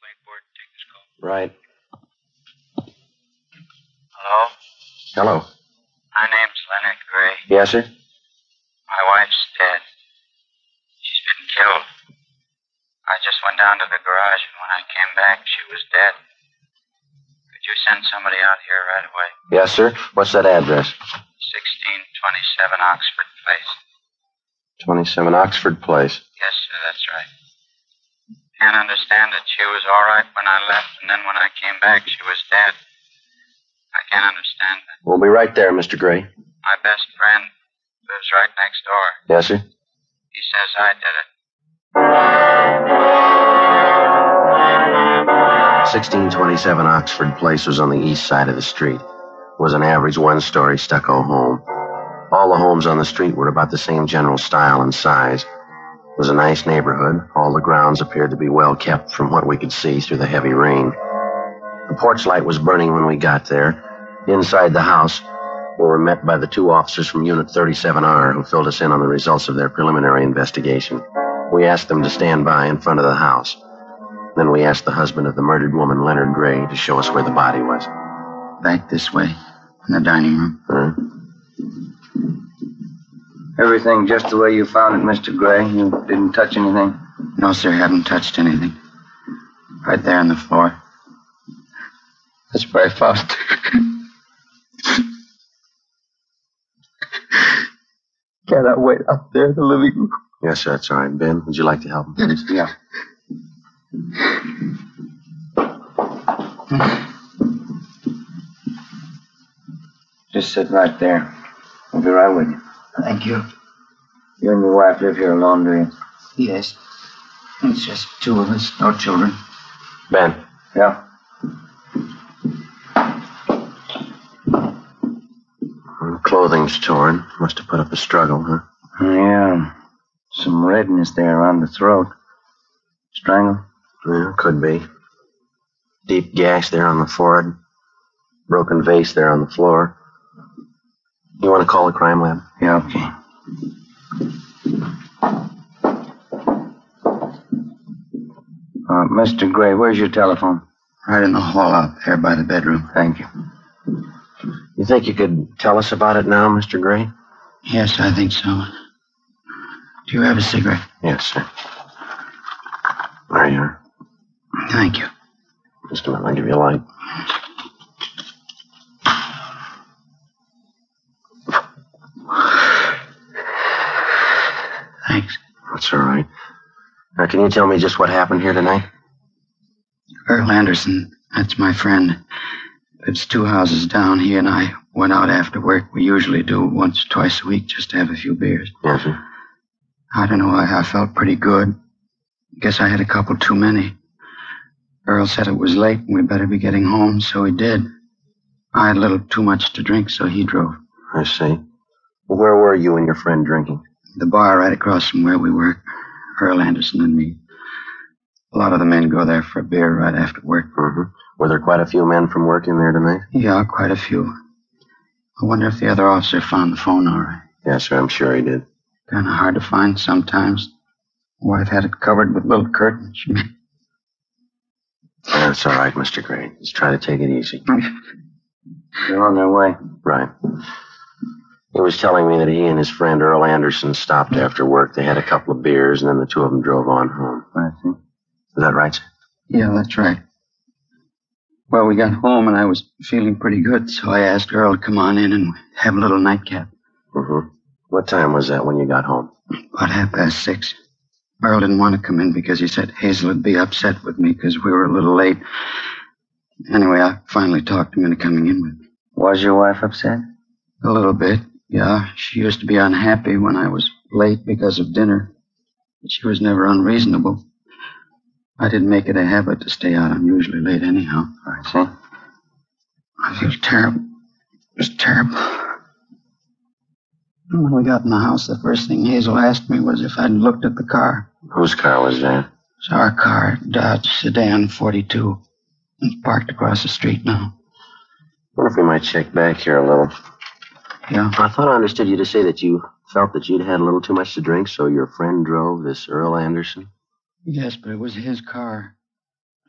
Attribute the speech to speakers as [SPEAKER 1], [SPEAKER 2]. [SPEAKER 1] board and take this call.
[SPEAKER 2] Right.
[SPEAKER 1] Hello?
[SPEAKER 2] Hello.
[SPEAKER 1] My name's Leonard Gray.
[SPEAKER 2] Yes, sir?
[SPEAKER 1] My wife's dead. She's been killed. I just went down to the garage, and when I came back, she was dead. Could you send somebody out here right away?
[SPEAKER 2] Yes, sir. What's that address?
[SPEAKER 1] 1627 Oxford Place.
[SPEAKER 2] 27 Oxford Place.
[SPEAKER 1] Yes, sir, that's right. Can't understand that she was all right when I left, and then when I came back, she was dead. I can't understand that.
[SPEAKER 2] We'll be right there, Mr. Gray.
[SPEAKER 1] My best friend lives right next door.
[SPEAKER 2] Yes, sir?
[SPEAKER 1] He says I did it.
[SPEAKER 2] 1627 Oxford Place was on the east side of the street. It was an average one story stucco home. All the homes on the street were about the same general style and size. It was a nice neighborhood. All the grounds appeared to be well kept from what we could see through the heavy rain. The porch light was burning when we got there. Inside the house, we were met by the two officers from Unit 37R who filled us in on the results of their preliminary investigation. We asked them to stand by in front of the house. Then we asked the husband of the murdered woman, Leonard Gray, to show us where the body was.
[SPEAKER 3] Back this way, in the dining room.
[SPEAKER 2] Huh?
[SPEAKER 3] Everything just the way you found it, Mr. Gray. You didn't touch anything? No, sir, haven't touched anything. Right there on the floor. That's where I found it. Cannot wait out there in the living room.
[SPEAKER 2] Yes, sir, it's all right. Ben, would you like to help him?
[SPEAKER 3] Yeah. Just sit right there. I'll be right with you. Thank you. You and your wife live here alone, do you? Yes. It's just two of us, no children.
[SPEAKER 2] Ben,
[SPEAKER 3] Yeah.
[SPEAKER 2] her clothing's torn. Must have put up a struggle, huh?
[SPEAKER 3] Yeah. Some redness there around the throat. Strangled?
[SPEAKER 2] Yeah, could be. Deep gash there on the forehead. Broken vase there on the floor. You want to call the crime lab?
[SPEAKER 3] Yeah, okay. Uh, Mr. Gray, where's your telephone? Right in the hall out there by the bedroom. Thank you.
[SPEAKER 2] You think you could tell us about it now, Mr. Gray?
[SPEAKER 3] Yes, I think so. Do you have a cigarette?
[SPEAKER 2] Yes, sir. There you are.
[SPEAKER 3] Thank you.
[SPEAKER 2] Just a minute, I'll give you a light.
[SPEAKER 3] Thanks.
[SPEAKER 2] That's all right. Now, can you tell me just what happened here tonight?
[SPEAKER 3] Earl Anderson, that's my friend. Lives two houses down. He and I went out after work. We usually do once or twice a week just to have a few beers.
[SPEAKER 2] Yes, sir.
[SPEAKER 3] I don't know. I, I felt pretty good. Guess I had a couple too many. Earl said it was late and we better be getting home, so he did. I had a little too much to drink, so he drove.
[SPEAKER 2] I see. Well, where were you and your friend drinking?
[SPEAKER 3] The bar right across from where we work, Earl Anderson and me. A lot of the men go there for a beer right after work.
[SPEAKER 2] Mm-hmm. Were there quite a few men from work in there tonight?
[SPEAKER 3] Yeah, quite a few. I wonder if the other officer found the phone all right.
[SPEAKER 2] Yes, sir, I'm sure he did.
[SPEAKER 3] Kind of hard to find sometimes. Wife had it covered with little curtains.
[SPEAKER 2] That's all right, Mr. Gray. Just try to take it easy.
[SPEAKER 3] They're on their way.
[SPEAKER 2] Right. He was telling me that he and his friend Earl Anderson stopped after work. They had a couple of beers, and then the two of them drove on home.
[SPEAKER 3] I see.
[SPEAKER 2] Is that right, sir?
[SPEAKER 3] Yeah, that's right. Well, we got home and I was feeling pretty good, so I asked Earl to come on in and have a little nightcap.
[SPEAKER 2] Mm-hmm. What time was that when you got home?
[SPEAKER 3] About half past six. Earl didn't want to come in because he said Hazel would be upset with me because we were a little late. Anyway, I finally talked him into coming in with me. Was your wife upset? A little bit, yeah. She used to be unhappy when I was late because of dinner. But She was never unreasonable. I didn't make it a habit to stay out unusually late anyhow. I see. I feel terrible. It was terrible. And When we got in the house, the first thing Hazel asked me was if I'd looked at the car.
[SPEAKER 2] Whose car was that?
[SPEAKER 3] It's our car, Dodge Sedan 42. It's parked across the street now.
[SPEAKER 2] wonder if we might check back here a little.
[SPEAKER 3] Yeah.
[SPEAKER 2] I thought I understood you to say that you felt that you'd had a little too much to drink, so your friend drove this Earl Anderson.
[SPEAKER 3] Yes, but it was his car.